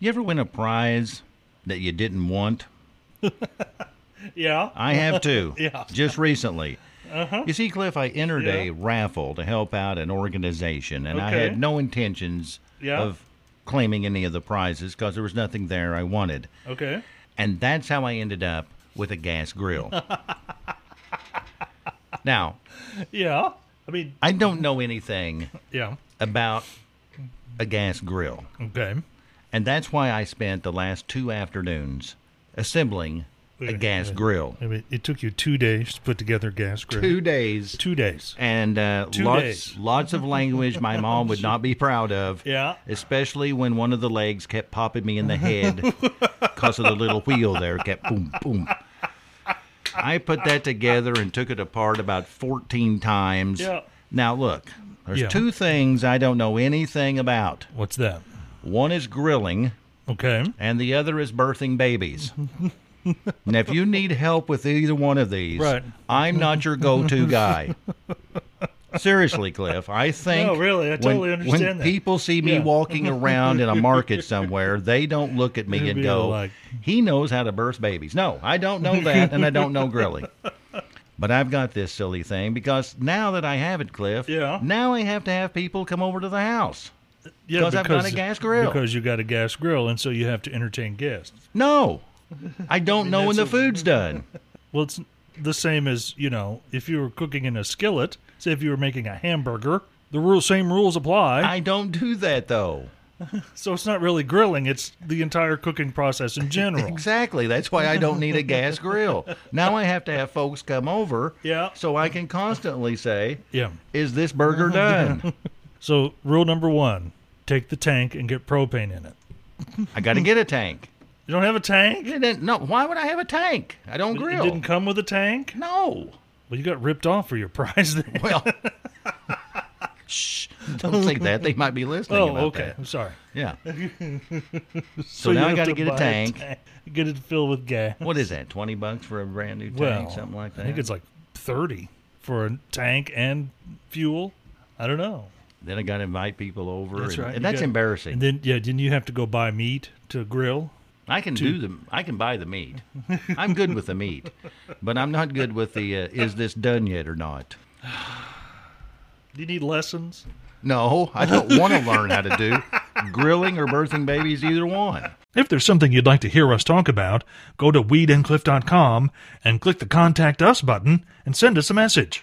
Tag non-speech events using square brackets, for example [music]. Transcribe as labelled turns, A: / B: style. A: You ever win a prize that you didn't want?
B: Yeah.
A: I [laughs] have too.
B: Yeah.
A: Just recently. Uh-huh. You see, Cliff, I entered a raffle to help out an organization, and I
B: Okay.
A: had no intentions
B: Yeah.
A: of claiming any of the prizes because there was nothing there I wanted.
B: Okay.
A: And that's how I ended up with a gas [laughs] grill. now,
B: Yeah. I mean,
A: I don't know anything
B: yeah.
A: about a gas grill.
B: Okay.
A: And that's why I spent the last two afternoons assembling a gas grill.
B: I mean, it took you two days to put together gas grill.
A: Two days.
B: Two days.
A: And uh,
B: Two
A: lots,
B: days.
A: lots of language
B: [laughs]
A: my mom would not be proud of.
B: Yeah.
A: Especially when one of the legs kept popping me in the
B: [laughs]
A: head because of the little wheel there kept boom, boom. I put that together and took it apart about 14 times.
B: Yeah.
A: Now, look, there's
B: Yeah.
A: two things I don't know anything about.
B: What's that?
A: One is grilling,
B: Okay.
A: and the other is birthing
B: [laughs]
A: babies. now, if you need help with either one of these,
B: Right.
A: I'm not your go-to
B: [laughs]
A: guy. Seriously, Cliff, I think.
B: No, really, I totally
A: when, when
B: understand that.
A: people see me
B: Yeah.
A: walking
B: [laughs]
A: around in a market somewhere, they don't look at me
B: They'll
A: and
B: be
A: go,
B: like-
A: "He knows how to birth babies." No, I don't know that, and I don't know
B: [laughs]
A: grilling. But I've got this silly thing because now that I have it, Cliff,
B: Yeah.
A: now I have to have people come over to the house.
B: Yeah,
A: 'Cause I've got a gas grill.
B: Because you got a gas grill, and so you have to entertain guests.
A: No, I don't know when the
B: that's
A: food's done.
B: Well, it's the same as you know, if you were cooking in a skillet. Say if you were making a hamburger, the rule, same rules apply.
A: I don't do that though.
B: so it's not really grilling; it's the entire cooking process in general.
A: Exactly. That's why I don't need a gas grill. Now I have to have folks come over
B: Yeah.
A: so I can constantly say,
B: Yeah.
A: Is this
B: [laughs]
A: burger done?
B: So rule number one: take the tank and get propane in it.
A: I got to get a tank.
B: You don't have a tank?
A: It didn't- no, why would I have a tank? I don't grill.
B: It didn't come with a tank.
A: no.
B: Well, you got ripped off for your prize. Then.
A: Well, shh, don't say that. They might be listening.
B: [laughs] Oh,
A: about
B: okay.
A: that.
B: I'm sorry. [laughs]
A: Yeah.
B: So,
A: now
B: you
A: I
B: have
A: gotta
B: to
A: get a
B: buy
A: tank.
B: [laughs] Get it filled with gas.
A: What is that? Twenty bucks for a brand new tank, something like that.
B: I think it's like thirty for a tank and fuel. I don't know.
A: then I got to invite people over.
B: That's
A: and,
B: right.
A: and
B: You
A: that's
B: got-
A: embarrassing.
B: And then yeah, then you have to go buy meat to grill.
A: I can do the I can buy the meat. I'm good with the meat, but I'm not good with the uh, is this done yet or not.
B: Do you need lessons?
A: No, I don't want to learn how to [laughs] do grilling or birthing babies either one.
B: If there's something you'd like to hear us talk about, go to weedandcliff.com and click the contact us button and send us a message.